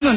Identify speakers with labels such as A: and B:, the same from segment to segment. A: 段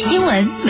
B: 新闻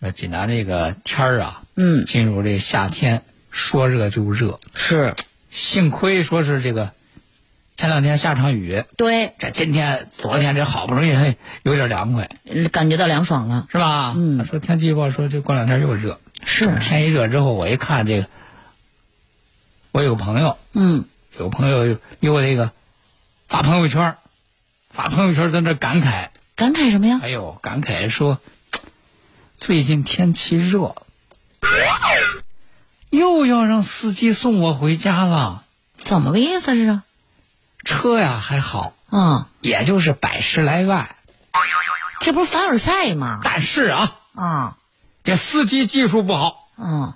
A: 呃，济南这个天儿啊，
B: 嗯
A: 进入这夏天，说热就热，
B: 是
A: 幸亏说是这个前两天下场雨，
B: 对，
A: 这今天昨天这好不容易嘿有点凉快，
B: 嗯感觉到凉爽了。
A: 是吧？
B: 嗯
A: 说天气预报说这过两天又热，
B: 是
A: 天一热之后，我一看这个，我有个朋友，
B: 嗯，
A: 有朋友给我这个发朋友圈儿，发朋友圈儿在那儿感慨，
B: 感慨什么呀？
A: 哎呦，感慨说最近天气热，又要让司机送我回家了。
B: 怎么个意思这是？
A: 车呀还好，
B: 啊，
A: 也就是百十来万，
B: 这不是凡尔赛吗？
A: 但是啊，
B: 啊，
A: 这司机技术不好，
B: 嗯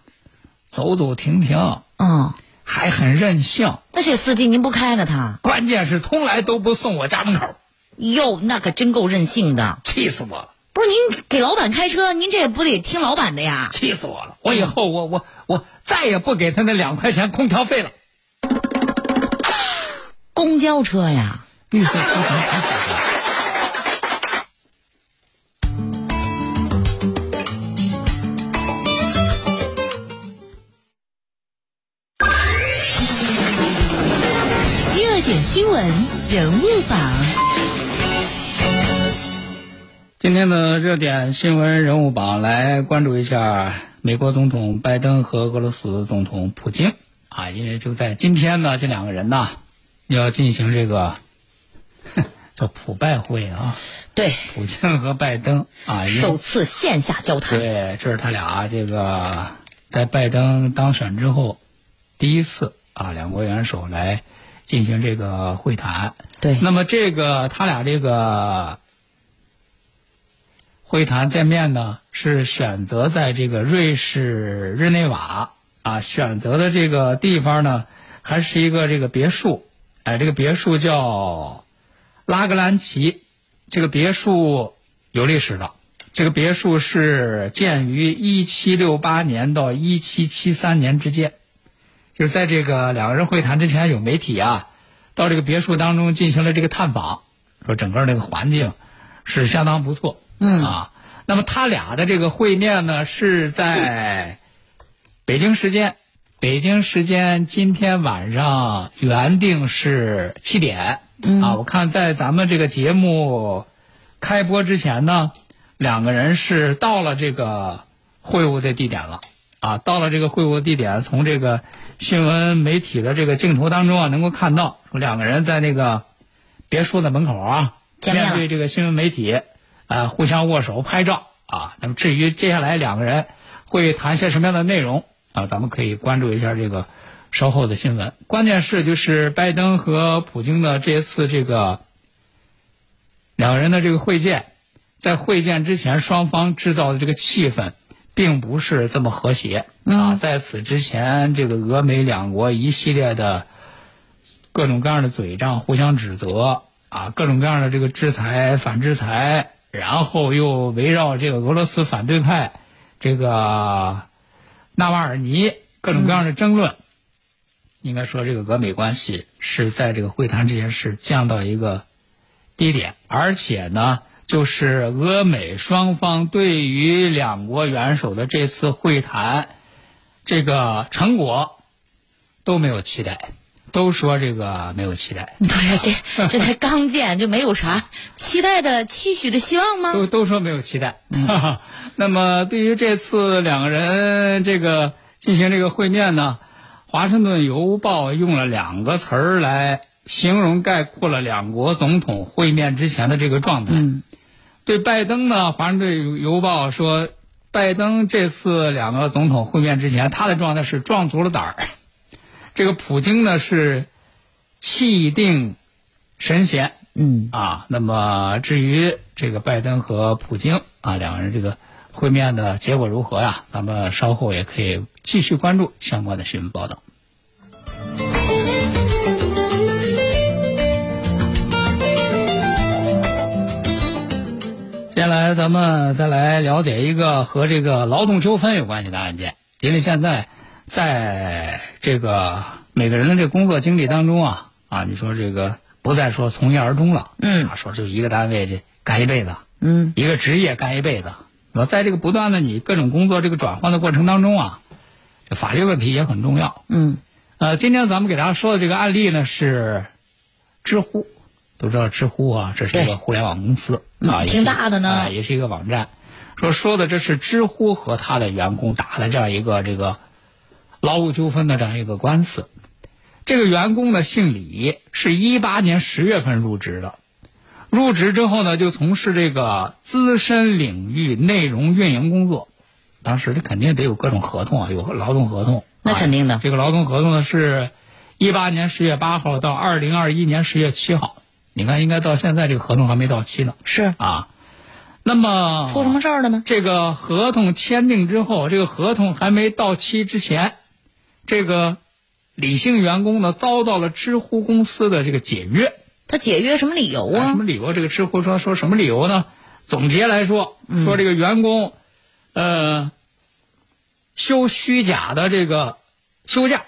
A: 走走停停，
B: 嗯，
A: 还很任性，
B: 那这司机您不开了他？
A: 关键是从来都不送我家门口，
B: 哟，那可真够任性的。
A: 气死我了。
B: 不是您给老板开车，您这不得听老板的呀？
A: 气死我了！我以后我我我再也不给他那两块钱空调费了。
B: 公交车呀，
A: 绿色空调。
B: 热点新闻人物榜，
A: 今天的热点新闻人物榜来关注一下美国总统拜登和俄罗斯总统普京啊，因为就在今天呢，这两个人呐 要进行这个 哼叫普拜会啊，
B: 对，
A: 普京和拜登啊，因为
B: 首次线下交谈，
A: 对，这是他俩这个在拜登当选之后第一次啊，两国元首来进行这个会谈。
B: 对
A: 那么这个他俩这个会谈见面呢，是选择在这个瑞士日内瓦啊，选择的这个地方呢，还是一个这个别墅，哎，这个别墅叫拉格兰奇，这个别墅有历史的。这个别墅是建于一七六八年到一七七三年之间，就是在这个两个人会谈之前，有媒体啊到这个别墅当中进行了这个探访，说整个那个环境是相当不错，
B: 嗯
A: 啊，那么他俩的这个会面呢是在北京时间，北京时间今天晚上原定是七点，啊，我看在咱们这个节目开播之前呢，两个人是到了这个会晤的地点了。啊，到了这个会晤地点，从这个新闻媒体的这个镜头当中啊，能够看到说两个人在那个别墅的门口啊，
B: 见面了
A: 面对这个新闻媒体，啊、互相握手拍照啊。那么至于接下来两个人会谈些什么样的内容啊，咱们可以关注一下这个稍后的新闻。关键是就是拜登和普京的这一次这个两个人的这个会见，在会见之前双方制造的这个气氛，并不是这么和谐、啊。在此之前，这个俄美两国一系列的各种各样的嘴仗，互相指责啊，各种各样的这个制裁、反制裁，然后又围绕这个俄罗斯反对派这个纳瓦尔尼各种各样的争论。应该说，这个俄美关系是在这个会谈之前是降到一个低点，而且呢，就是俄美双方对于两国元首的这次会谈，这个成果都没有期待，都说这个没有期待，
B: 不是这这才刚建，就没有啥期待的、期许的、希望吗？
A: 都都说没有期待。 哈哈。那么对于这次两个人这个进行这个会面呢，华盛顿邮报用了两个词儿来形容概括了两国总统会面之前的这个状态。
B: 嗯，
A: 对拜登呢，华盛顿邮报说，拜登这次两个总统会面之前，他的状态是壮足了胆儿。 这个普京呢是气定神闲
B: 嗯，
A: 啊。那么至于这个拜登和普京啊两个人这个会面的结果如何呀、咱们稍后也可以继续关注相关的新闻报道。接下来咱们再来了解一个和这个劳动纠纷有关系的案件，因为现在在这个每个人的这工作经历当中啊啊，你说这个不再说从一而终了，
B: 嗯
A: 啊，说就一个单位这干一辈子，
B: 嗯，
A: 一个职业干一辈子，那在这个不断的你各种工作这个转换的过程当中啊，这法律问题也很重要。
B: 嗯，
A: 呃，今天咱们给大家说的这个案例呢是知乎，都知道知乎啊，这是一
B: 对
A: 个互联网公司
B: 嗯
A: 啊，也
B: 挺
A: 是
B: 大的呢
A: 啊也是一个网站。说说的这是知乎和他的员工打的这样一个这个劳务纠纷的这样一个官司。这个员工呢姓李，是一八年十月份入职的。入职之后呢，就从事这个资深领域内容运营工作。当时这肯定得有各种合同啊，有劳动合同。
B: 那肯定的
A: 啊这个劳动合同呢是，一八年十月八号到二零二一年十月七号。你看，应该到现在这个合同还没到期呢
B: 是
A: 啊。那么
B: 出什么事儿了呢？
A: 这个合同签订之后，这个合同还没到期之前，这个李姓员工呢遭到了知乎公司的这个解约。
B: 他解约什么理由
A: 啊，
B: 啊
A: 什？么理由？这个知乎说说什么理由呢？总结来说，说这个员工，呃，休虚假的这个休假，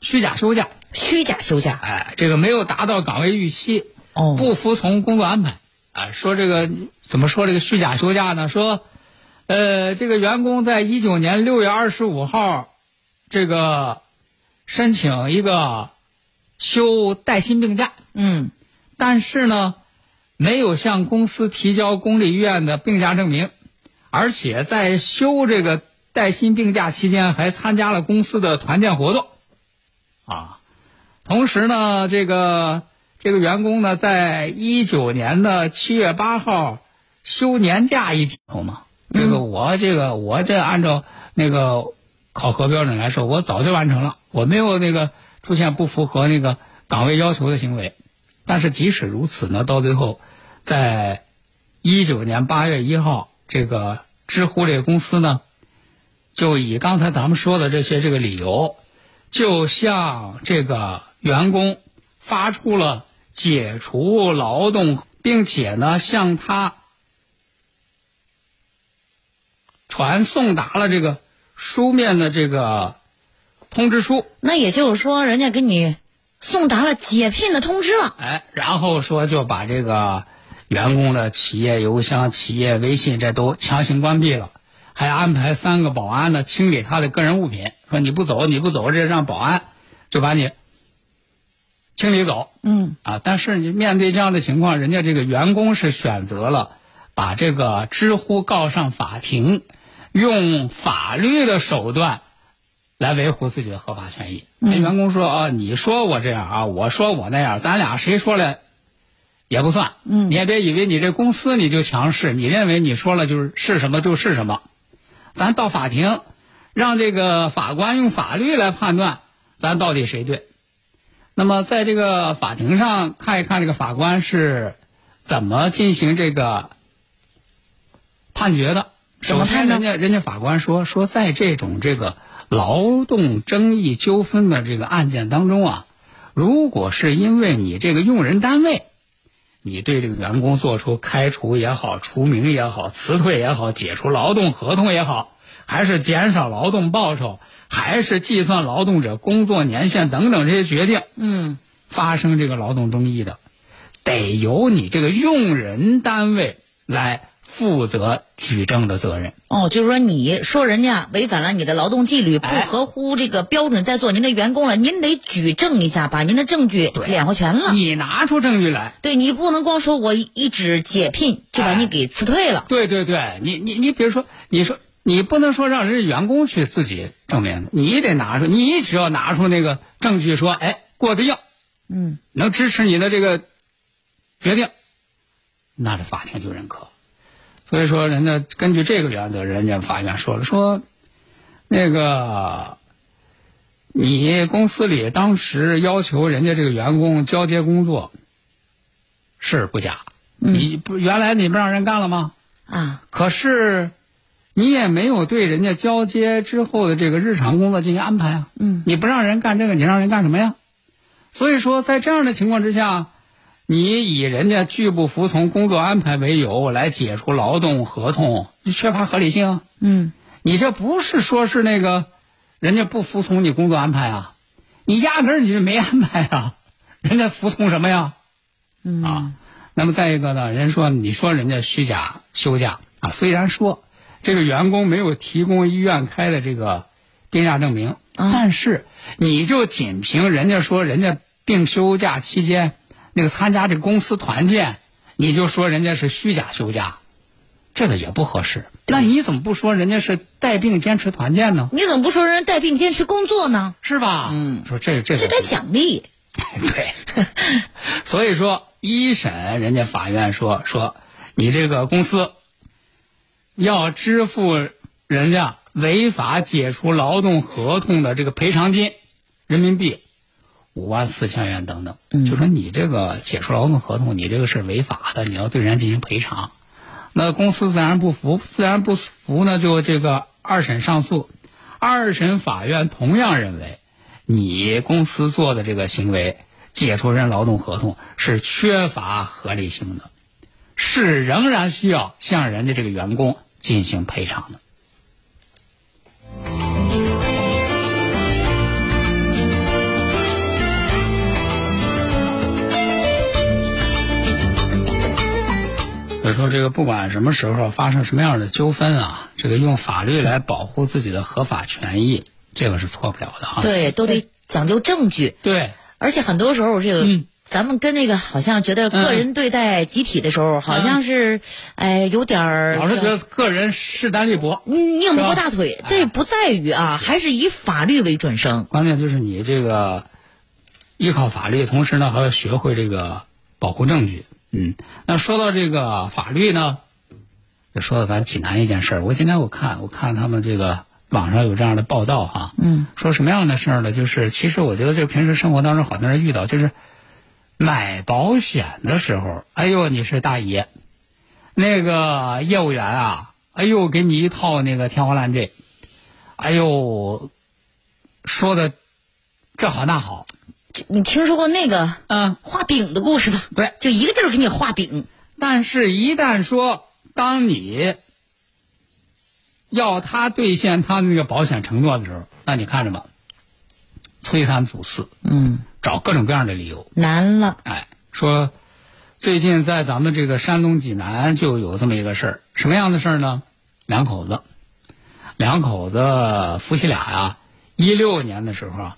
A: 虚假休假，
B: 虚假休假
A: 哎，这个没有达到岗位预期，
B: 哦
A: 不服从工作安排，啊，说这个怎么说这个虚假休假呢？说，呃，这个员工在一九年六月二十五号，这个申请一个休带薪病假，
B: 嗯，
A: 但是呢，没有向公司提交公立医院的病假证明，而且在休这个带薪病假期间还参加了公司的团建活动，啊，同时呢，这个这个员工呢，在一九年的七月八号休年假一天，懂吗？这个我这个我这按照那个考核标准来说，我早就完成了，我没有那个出现不符合那个岗位要求的行为。但是即使如此呢，到最后，在一九年八月一号，这个知乎这个公司呢，就以刚才咱们说的这些这个理由，就向这个员工发出了解除劳动，并且呢向他传送达了这个书面的这个通知书。
B: 那也就是说，人家给你送达了解聘的通知了。
A: 哎，然后说就把这个员工的企业邮箱、企业微信这都强行关闭了，还安排三个保安呢清理他的个人物品，说你不走你不走，这让保安就把你清理走
B: 嗯，
A: 啊。但是你面对这样的情况，人家这个员工是选择了把这个知乎告上法庭，用法律的手段来维护自己的合法权益。那员工说啊，你说我这样啊，我说我那样，咱俩谁说了也不算。嗯，你也别以为你这公司你就强势，你认为你说了就是是什么就是什么。咱到法庭，让这个法官用法律来判断咱到底谁对。那么在这个法庭上看一看这个法官是怎么进行这个判决的。
B: 怎么
A: 首先，
B: 判呢
A: 人家人家法官说说，在这种这个劳动争议纠纷的这个案件当中啊，如果是因为你这个用人单位，你对这个员工做出开除也好、除名也好、辞退也好、解除劳动合同也好，还是减少劳动报酬，还是计算劳动者工作年限等等这些决定，
B: 嗯，
A: 发生这个劳动争议的，得由你这个用人单位来负责举证的责任。
B: 哦，就是说你说人家违反了你的劳动纪律，不
A: 哎
B: 合乎这个标准在做您的员工了，您得举证一下，把您的证据
A: 对
B: 敛回全了。
A: 你拿出证据来，
B: 对你不能光说我一纸解聘就把
A: 哎
B: 你给辞退了。
A: 对对对，你你你，比如说，你说你不能说让人家员工去自己证明，你得拿出，你只要拿出那个证据说，哎，过得要，
B: 嗯，
A: 能支持你的这个决定，那这法庭就认可。所以说，人家根据这个原则，人家法院说了，说那个你公司里当时要求人家这个员工交接工作是不假，你不原来你不让人干了吗？
B: 啊，
A: 可是你也没有对人家交接之后的这个日常工作进行安排啊。
B: 嗯，
A: 你不让人干这个，你让人干什么呀？所以说，在这样的情况之下，你以人家拒不服从工作安排为由来解除劳动合同，你缺乏合理性啊。
B: 嗯，
A: 你这不是说是那个人家不服从你工作安排啊，你压根儿你就没安排啊，人家服从什么呀？嗯啊，那么再一个呢，人说你说人家虚假休假啊，虽然说这个员工没有提供医院开的这个病假证明，但是你就仅凭人家说人家病休假期间那个参加这个公司团建，你就说人家是虚假休假，这个也不合适。那你怎么不说人家是带病坚持团建呢？
B: 你怎么不说人家带病坚持工作呢？
A: 是吧？
B: 嗯
A: 说这这个
B: 这该奖励。
A: 对， 所以说一审人家法院说说你这个公司要支付人家违法解除劳动合同的这个赔偿金，人民币五万四千元等等，就说你这个解除劳动合同，你这个是违法的，你要对人家进行赔偿。那公司自然不服，自然不服呢，就这个二审上诉，二审法院同样认为，你公司做的这个行为解除人劳动合同是缺乏合理性的，是仍然需要向人家这个员工进行赔偿的。所以说，这个不管什么时候发生什么样的纠纷啊，这个用法律来保护自己的合法权益，这个是错不了的啊。
B: 对，都得讲究证据，
A: 对，
B: 而且很多时候这个。
A: 嗯
B: 咱们跟那个好像觉得个人对待集体的时候，好像是，哎，有点儿
A: 嗯老是觉得个人势单力薄，
B: 拧不过
A: 是吧
B: 大腿。这不在于啊，还是以法律为准绳。
A: 关键就是你这个依靠法律，同时呢还要学会这个保护证据。嗯，那说到这个法律呢，就说到咱济南一件事儿。我今天我看我看他们这个网上有这样的报道哈、
B: 嗯，
A: 说什么样的事儿呢？就是其实我觉得这平时生活当中好多人遇到，就是买保险的时候，哎呦你是大爷，那个业务员啊，哎呦给你一套那个天花乱坠，哎呦说的这好那好，
B: 这你听说过那个
A: 嗯，
B: 画饼的故事吧？
A: 对
B: 就一个劲儿给你画
A: 嗯
B: 饼。
A: 但是，一旦说当你要他兑现他的那个保险承诺的时候，那你看着吧，推三阻四，
B: 嗯，
A: 找各种各样的理由，
B: 难了。
A: 哎，说最近在咱们这个山东济南就有这么一个事儿，什么样的事儿呢？两口子，两口子夫妻俩啊，一六年的时候啊，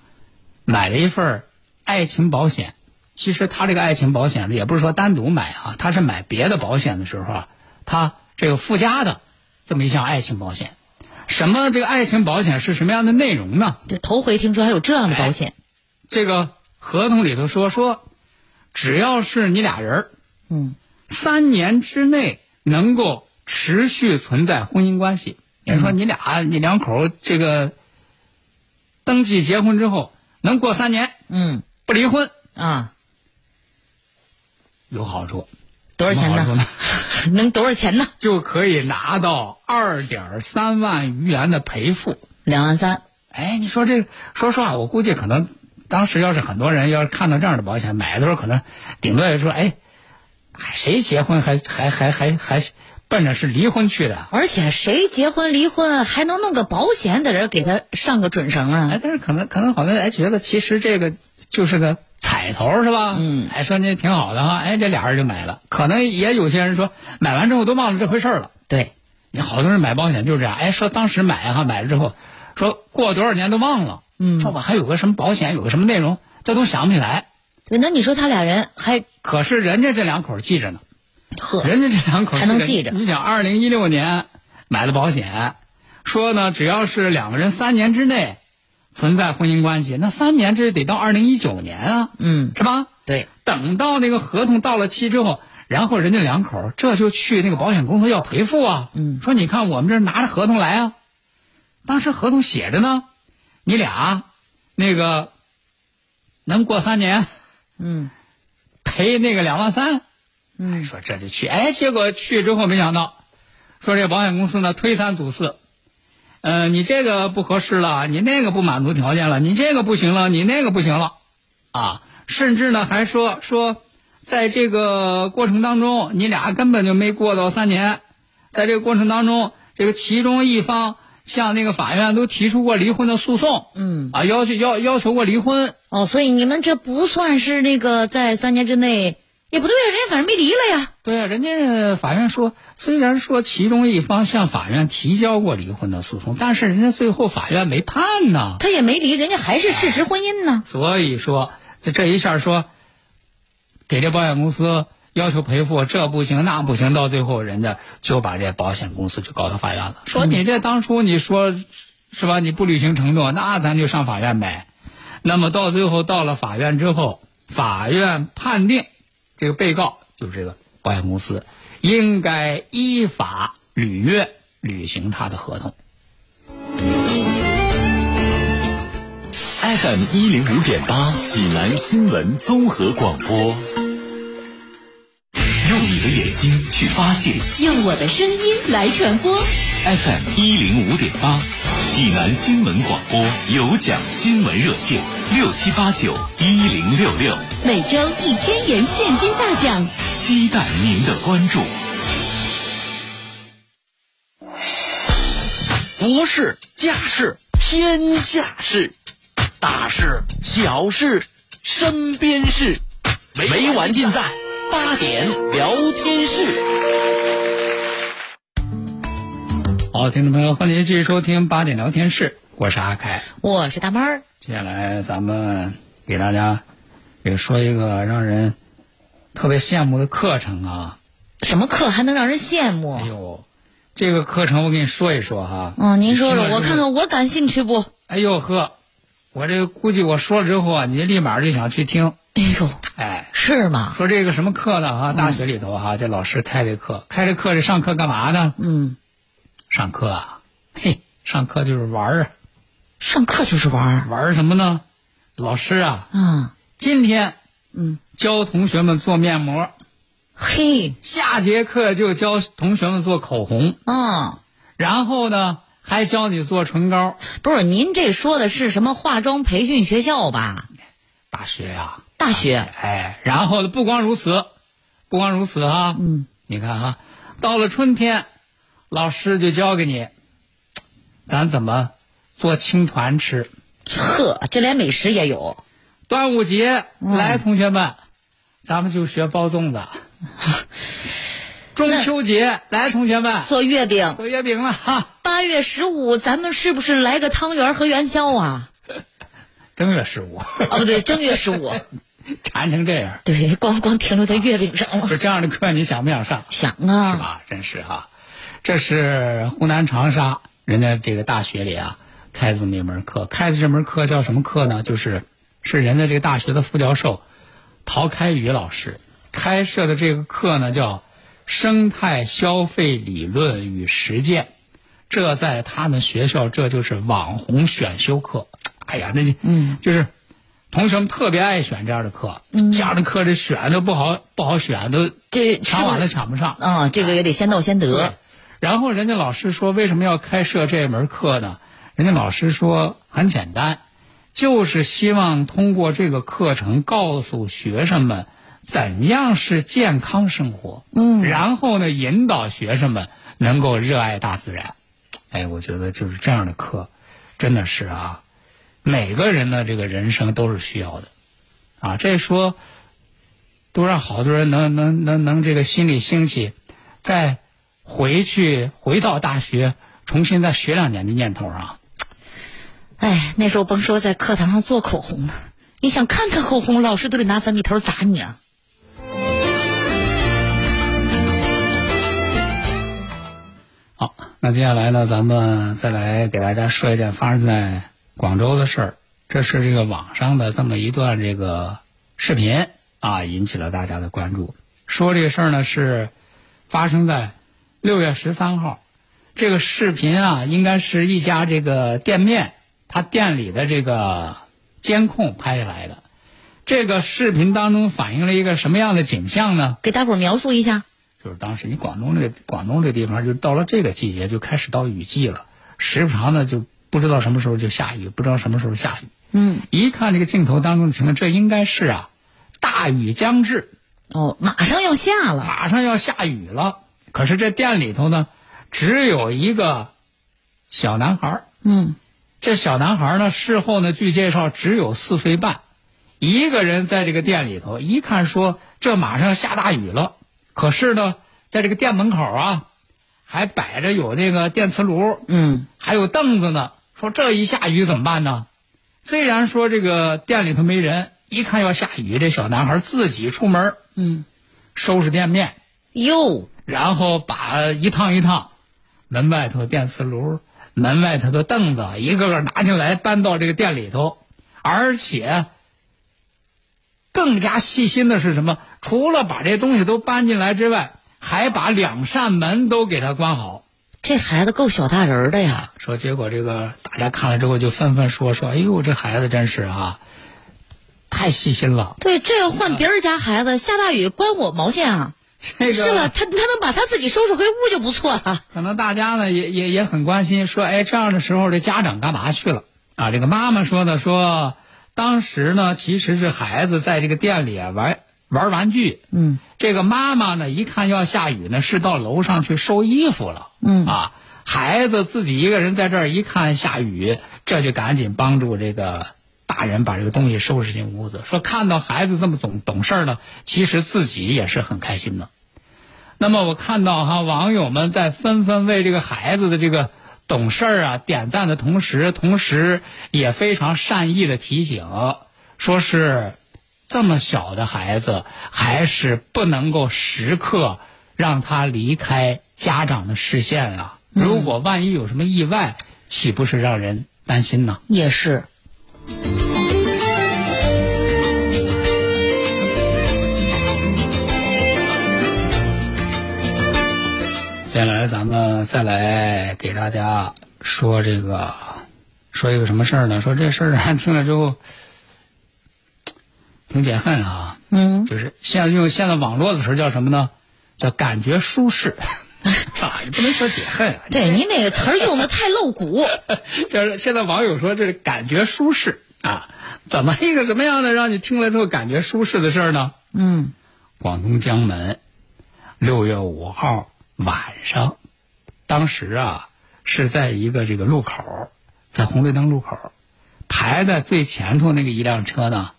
A: 买了一份儿爱情保险。其实他这个爱情保险呢，也不是说单独买啊，他是买别的保险的时候啊，他这个附加的这么一项爱情保险。什么这个爱情保险是什么样的内容呢？
B: 这头回听说还有这样的保险。
A: 这个合同里头说说，只要是你俩人儿
B: 嗯
A: 三年之内能够持续存在婚姻关系，也就是
B: 嗯
A: 说你俩你两口儿这个登记结婚之后能过三年
B: 嗯
A: 不离婚
B: 啊，
A: 有好处，
B: 多少钱
A: 有好处
B: 呢？
A: 呢？
B: 能多少钱呢？
A: 就可以拿到二点三万余元的赔付。
B: 两万三。
A: 哎，你说这个，说实话，我估计可能当时要是很多人要是看到这样的保险，买的时候可能顶多也说，哎，还谁结婚还还还还还奔着是离婚去的？
B: 而且谁结婚离婚还能弄个保险在这儿给他上个准绳啊？
A: 哎，但是可能可能好多人哎觉得其实这个就是个彩头是吧？
B: 嗯
A: 哎，说那挺好的哈，哎，这俩人就买了。可能也有些人说，买完之后都忘了这回事儿了。
B: 对，
A: 你好多人买保险就是这样，哎，说当时买哈、买了之后，说过多少年都忘了，嗯，说我还有个什么保险，有个什么内容，这都想不起来。
B: 对，那你说他俩人还
A: 可是人家这两口记着呢，
B: 呵，
C: 嗯
A: 人家这两口
B: 还能记着
A: 你想，二零一六年买了保险，说呢，只要是两个人三年之内存在婚姻关系，那三年这得到二零一九年啊，
B: 嗯，
A: 是吧？
B: 对，
A: 等到那个合同到了期之后，然后人家两口儿这就去那个保险公司要赔付啊。嗯，说你看我们这儿拿着合同来啊，当时合同写着呢，你俩那个能过三年
B: 嗯
A: 赔那个两万三。
B: 嗯，
A: 说这就去，哎，结果去之后没想到，说这保险公司呢推三阻四，呃，你这个不合适了，你那个不满足条件了，你这个不行了，你那个不行了，啊，甚至呢还说说，在这个过程当中，你俩根本就没过到三年，在这个过程当中，这个其中一方向那个法院都提出过离婚的诉讼，
B: 嗯，
A: 啊，要求要要求过离婚，
B: 哦，所以你们这不算是那个在三年之内，也不对，人家反正没离了呀。
A: 对啊，人家法院说，虽然说其中一方向法院提交过离婚的诉讼，但是人家最后法院没判呢。
B: 他也没离，人家还是事实婚姻呢。
A: 所以说，这这一下说，给这保险公司要求赔付，这不行那不行，到最后人家就把这保险公司就告到法院了，说你这当初你说是吧，你不履行承诺，那咱就上法院呗。那么到最后到了法院之后，法院判定这个被告就是这个保险公司应该依法履约履行他的合同。
D: FM 一零五点八，济南新闻综合广播。用你的眼睛去发现
C: 用我的声音来传播。
D: FM 一零五点八，济南新闻广播有奖新闻热线六七八九一零六六，
C: 每周一千元现金大奖，
D: 期待您的关注。
E: 国事、家事、天下事，大事、小事、身边事，没完尽在八点聊天室。
A: 好，听众朋友，欢迎继续收听八点聊天室，我是阿凯。
B: 我是大妹儿，
A: 接下来咱们给大家也说一个让人特别羡慕的课程啊！
B: 什么课还能让人羡慕
A: 哎？呦，这个课程我给你说一说哈。
B: 嗯，您说
A: 你听
B: 说，
A: 了
B: 我
A: 之
B: 看
A: 后。
B: 看我感兴趣不？
A: 哎呦呵，我这个估计我说了之后啊，你立马就想去听。
B: 哎呦，
A: 哎，
B: 是吗？
A: 说这个什么课呢？
B: 嗯
A: 哈，大学里头哈、这老师开这课，开这课这上课干嘛呢？
B: 嗯，
A: 上课啊，嘿，上课就是玩儿啊，
B: 上课就是玩儿。
A: 玩儿什么呢？老师啊，
B: 嗯
A: 今天
B: 嗯，
A: 教同学们做面膜。
B: 嘿，
A: 下节课就教同学们做口红，
B: 嗯，
A: 然后呢还教你做唇膏。
B: 不是，您这说的是什么化妆培训学校吧？
A: 大学呀、
B: 大学
A: 哎，然后呢不光如此，不光如此啊，嗯，你看啊，到了春天，老师就教给你，咱怎么做青团吃。
B: 呵，这连美食也有。
A: 端午节、来，同学们，咱们就学包粽子。中秋节来，同学们，
B: 做月饼，
A: 做月饼了哈。
B: 八月十五咱们是不是来个汤圆儿和元宵啊？
A: 正月十五
B: 啊，不对，正月十 五。
A: 馋成这样，
B: 对，光光停留在月饼上
A: 不
B: 了。
A: 是这样的课，你想不想上？
B: 想
A: 是
B: 啊，
A: 吧？真是哈、这是湖南长沙人家这个大学里啊开的这么一门课，开的这门课叫什么课呢？就是是人家这个大学的副教授陶开宇老师开设的这个课呢，叫《生态消费理论与实践》，这在他们学校这就是网红选修课。哎呀，那就嗯，就是同学们特别爱选这样的课，这样的课这选都不好不好选，都
B: 这是
A: 抢
B: 不
A: 晚了
B: 是？
A: 抢不上。
B: 啊，这个也得先到先
A: 对
B: 得。，
A: 然后人家老师说，为什么要开设这门课呢？人家老师说很简单，就是希望通过这个课程告诉学生们怎样是健康生活。嗯，然后呢，引导学生们能够热爱大自然。哎，我觉得就是这样的课，真的是啊，每个人的这个人生都是需要的。啊，这说都让好多人能能能能这个心里兴起，再回去回到大学重新再学两年的念头啊。
B: 哎，那时候甭说在课堂上做口红了，你想看看口红，老师都得拿粉笔头砸你啊！
A: 好，那接下来呢，咱们再来给大家说一件发生在广州的事儿。这是这个网上的这么一段这个视频啊，引起了大家的关注。说这个事儿呢是发生在六月十三号，这个视频啊应该是一家这个店面，他店里的这个监控拍下来的。这个视频当中反映了一个什么样的景象呢？
B: 给大伙儿描述一下，
A: 就是当时你广东这个广东这地方，就到了这个季节就开始到雨季了，时不常的就不知道什么时候就下雨，不知道什么时候下雨。
B: 嗯，
A: 一看这个镜头当中的情况，这应该是啊，大雨将至，
B: 哦，马上要下了，
A: 马上要下雨了。可是这店里头呢，只有一个小男孩儿
B: 嗯，
A: 这小男孩呢，事后呢，据介绍只有四岁半，一个人在这个店里头。一看说这马上下大雨了，可是呢，在这个店门口啊，还摆着有那个电磁炉，
B: 嗯，
A: 还有凳子呢。说这一下雨怎么办呢？虽然说这个店里头没人，一看要下雨，这小男孩自己出门，
B: 嗯，
A: 收拾店面，
B: 哟，
A: 然后把一趟一趟门外头的电磁炉、门外头的凳子一个个拿进来搬到这个店里头，而且更加细心的是什么？除了把这东西都搬进来之外，还把两扇门都给它关好。
B: 这孩子够小大人儿的呀，
A: 说结果这个大家看了之后就纷纷说说，哎呦，这孩子真是啊，太细心了。
B: 对，这要换别人家孩子，下大雨关我毛线啊？
A: 这个
B: 是吧？他他能把他自己收拾回屋就不错了。
A: 可能大家呢也也也很关心，说，哎，这样的时候这家长干嘛去了？啊，这个妈妈说呢，说当时呢其实是孩子在这个店里啊玩玩玩具，
B: 嗯，
A: 这个妈妈呢一看要下雨呢，是到楼上去收衣服了，嗯啊，孩子自己一个人在这儿一看下雨，这就赶紧帮助这个。大人把这个东西收拾进屋子，说看到孩子这么懂懂事儿呢，其实自己也是很开心的。那么我看到哈，网友们在纷纷为这个孩子的这个懂事儿啊点赞的同时，同时也非常善意的提醒，说是这么小的孩子，还是不能够时刻让他离开家长的视线啊。如果万一有什么意外，岂不是让人担心呢？
B: 也是，
A: 接下来咱们再来给大家说这个，说一个什么事儿呢？说这事儿啊，听了之后挺解恨啊。
B: 嗯，
A: 就是现在用现在网络的词儿叫什么呢？叫感觉舒适。 啊，也不能说解恨啊，
B: 对你那个词儿用的太露骨。
A: 就是现在网友说这是感觉舒适啊，怎么一个什么样的让你听了之后感觉舒适的事儿呢？
B: 嗯，
A: 广东江门，六月五号晚上，当时啊是在一个这个路口，在红绿灯路口，排在最前头那个一辆车呢，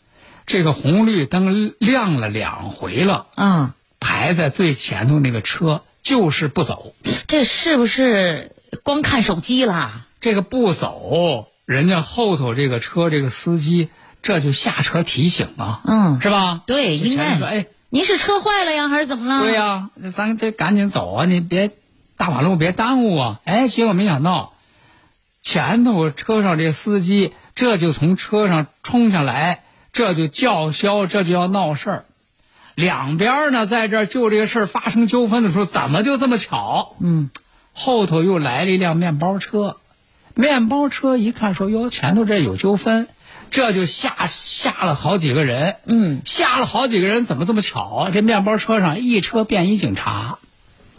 A: 这个红绿灯亮了两回了，
B: 啊，
A: 排在最前头那个车就是不走。
B: 这是不是光看手机啦？
A: 这个不走，人家后头这个车这个司机这就下车提醒啊，
B: 嗯
A: 是吧？
B: 对
A: 就前面
B: 应该嗯
A: 说哎，
B: 您是车坏了呀，还是怎么了？
A: 对呀、那咱这赶紧走啊，你别大马路别耽误啊。哎，结果没想到，前头车上这司机这就从车上冲下来，这就叫嚣，这就要闹事儿。两边儿呢，在这儿就这个事儿发生纠纷的时候，怎么就这么巧？
B: 嗯，
A: 后头又来了一辆面包车，面包车一看说：“哟，前头这有纠纷，这就下下了好几个人。”
B: 嗯，
A: 下了好几个人，怎么这么巧啊？这面包车上一车便衣警察，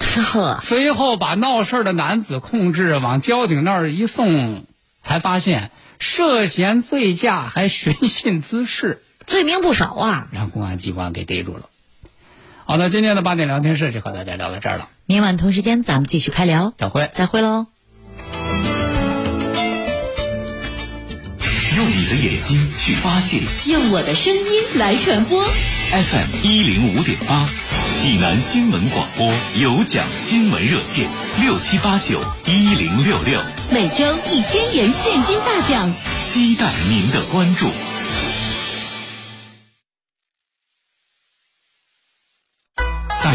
B: 呵，
A: 随后把闹事儿的男子控制，往交警那儿一送，才发现涉嫌醉驾还寻衅滋事，
B: 罪名不少啊。
A: 让公安机关给逮住了。好，那今天的八点聊天室就和大家聊到这儿了，
B: 明晚同时间咱们继续开聊，
A: 再会。
B: 再会喽。
D: 用你的眼睛去发现。
B: 用我的声音来传播。
D: FM 一零五点八，济南新闻广播有奖新闻热线六七八九一零六六，
B: 每周一千元现金大奖。
D: 期待您的关注。
F: 大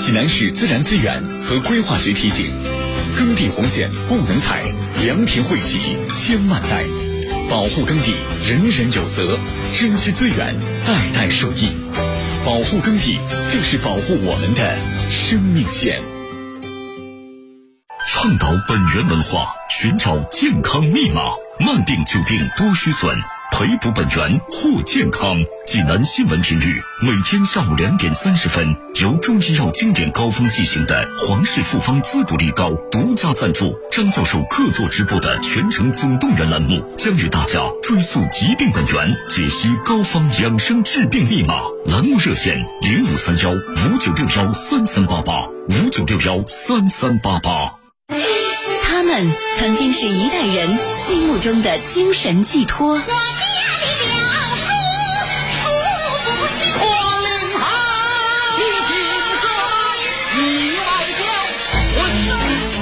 G: 济南市自然资源和规划局提醒：耕地红线不能踩，良田惠及千万代。保护耕地，人人有责；珍惜资源，代代受益。保护耕地，就是保护我们的生命线。
D: 倡导本源文化，寻找健康密码，慢病久病多虚损，培补本源护健康。济南新闻频率每天下午两点三十分，由中医药经典高方进行的皇氏复方滋补力高独家赞助，张教授客座直播的全程总动员栏目，将与大家追溯疾病本源，解析高方养生治病密码。栏目热线零五三幺五九六幺三三八八五九六幺三三八八。
B: 他们曾经是一代人心目中的精神寄托。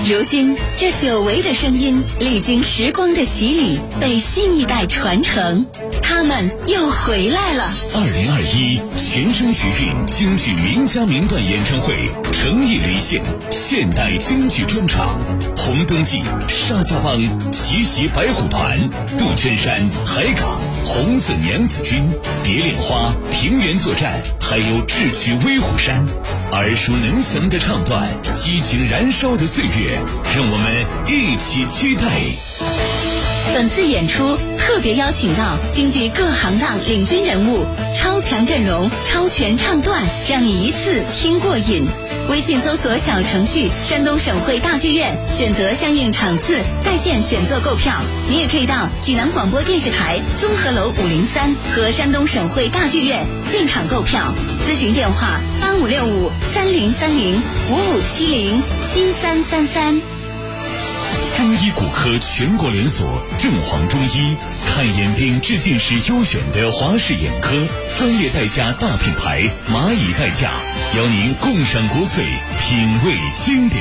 B: 如今，这久违的声音历经时光的洗礼，被新一代传承，他们又回来了。
D: 二零二一全声曲韵京剧名家名段演唱会诚意离线现代京剧专场，红灯记、沙家浜、奇袭白虎团、杜鹃山、海港、红子娘子军、蝶恋花、平原作战，还有智取威虎山，耳熟能详的唱段，激情燃烧的岁月，让我们一起期待。
B: 本次演出特别邀请到京剧各行当领军人物，超强阵容，超全唱段，让你一次听过瘾。微信搜索小程序“山东省会大剧院”，选择相应场次，在线选座购票。你也可以到济南广播电视台综合楼五零三和山东省会大剧院现场购票。咨询电话：八五六五三零三零五五七零七三三三。
D: 中医骨科全国连锁正黄中医，看眼病治近视优选的华氏眼科，专业代驾大品牌蚂蚁代驾，邀您共赏国粹，品味经典。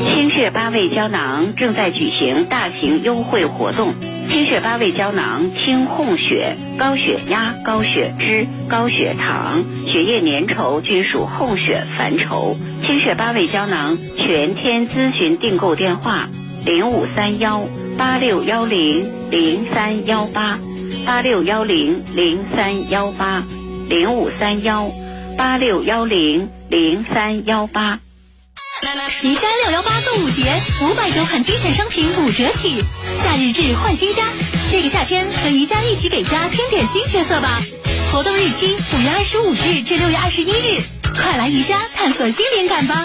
H: 清血八味胶囊正在举行大型优惠活动。清血八味胶囊清供血、高血压、高血脂、高血糖、血液粘稠均属供血范畴。清血八味胶囊全天咨询订购电话：零五三幺八六幺零零三幺八八六幺零零三幺八零五三幺八六幺零零三幺八。
B: 宜家六幺八购物节，五百多款精选商品五折起，夏日至换新家。这个夏天和宜家一起给家添点新角色吧。活动日期五月二十五日至六月二十一日，快来宜家探索新灵感吧！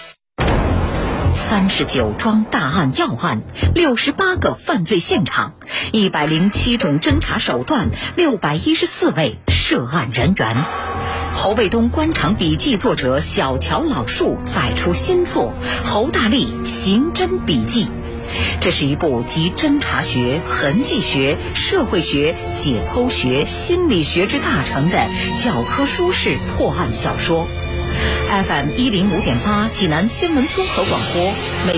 I: 三十九桩大案要案，六十八个犯罪现场，一百零七种侦查手段，六百一十四位涉案人员。侯卫东《官场笔记》作者小乔老树再出新作《侯大力刑侦笔记》，这是一部集侦查学、痕迹学、社会学、解剖学、心理学之大成的教科书式破案小说。FM 一零五点八，济南新闻综合广播。每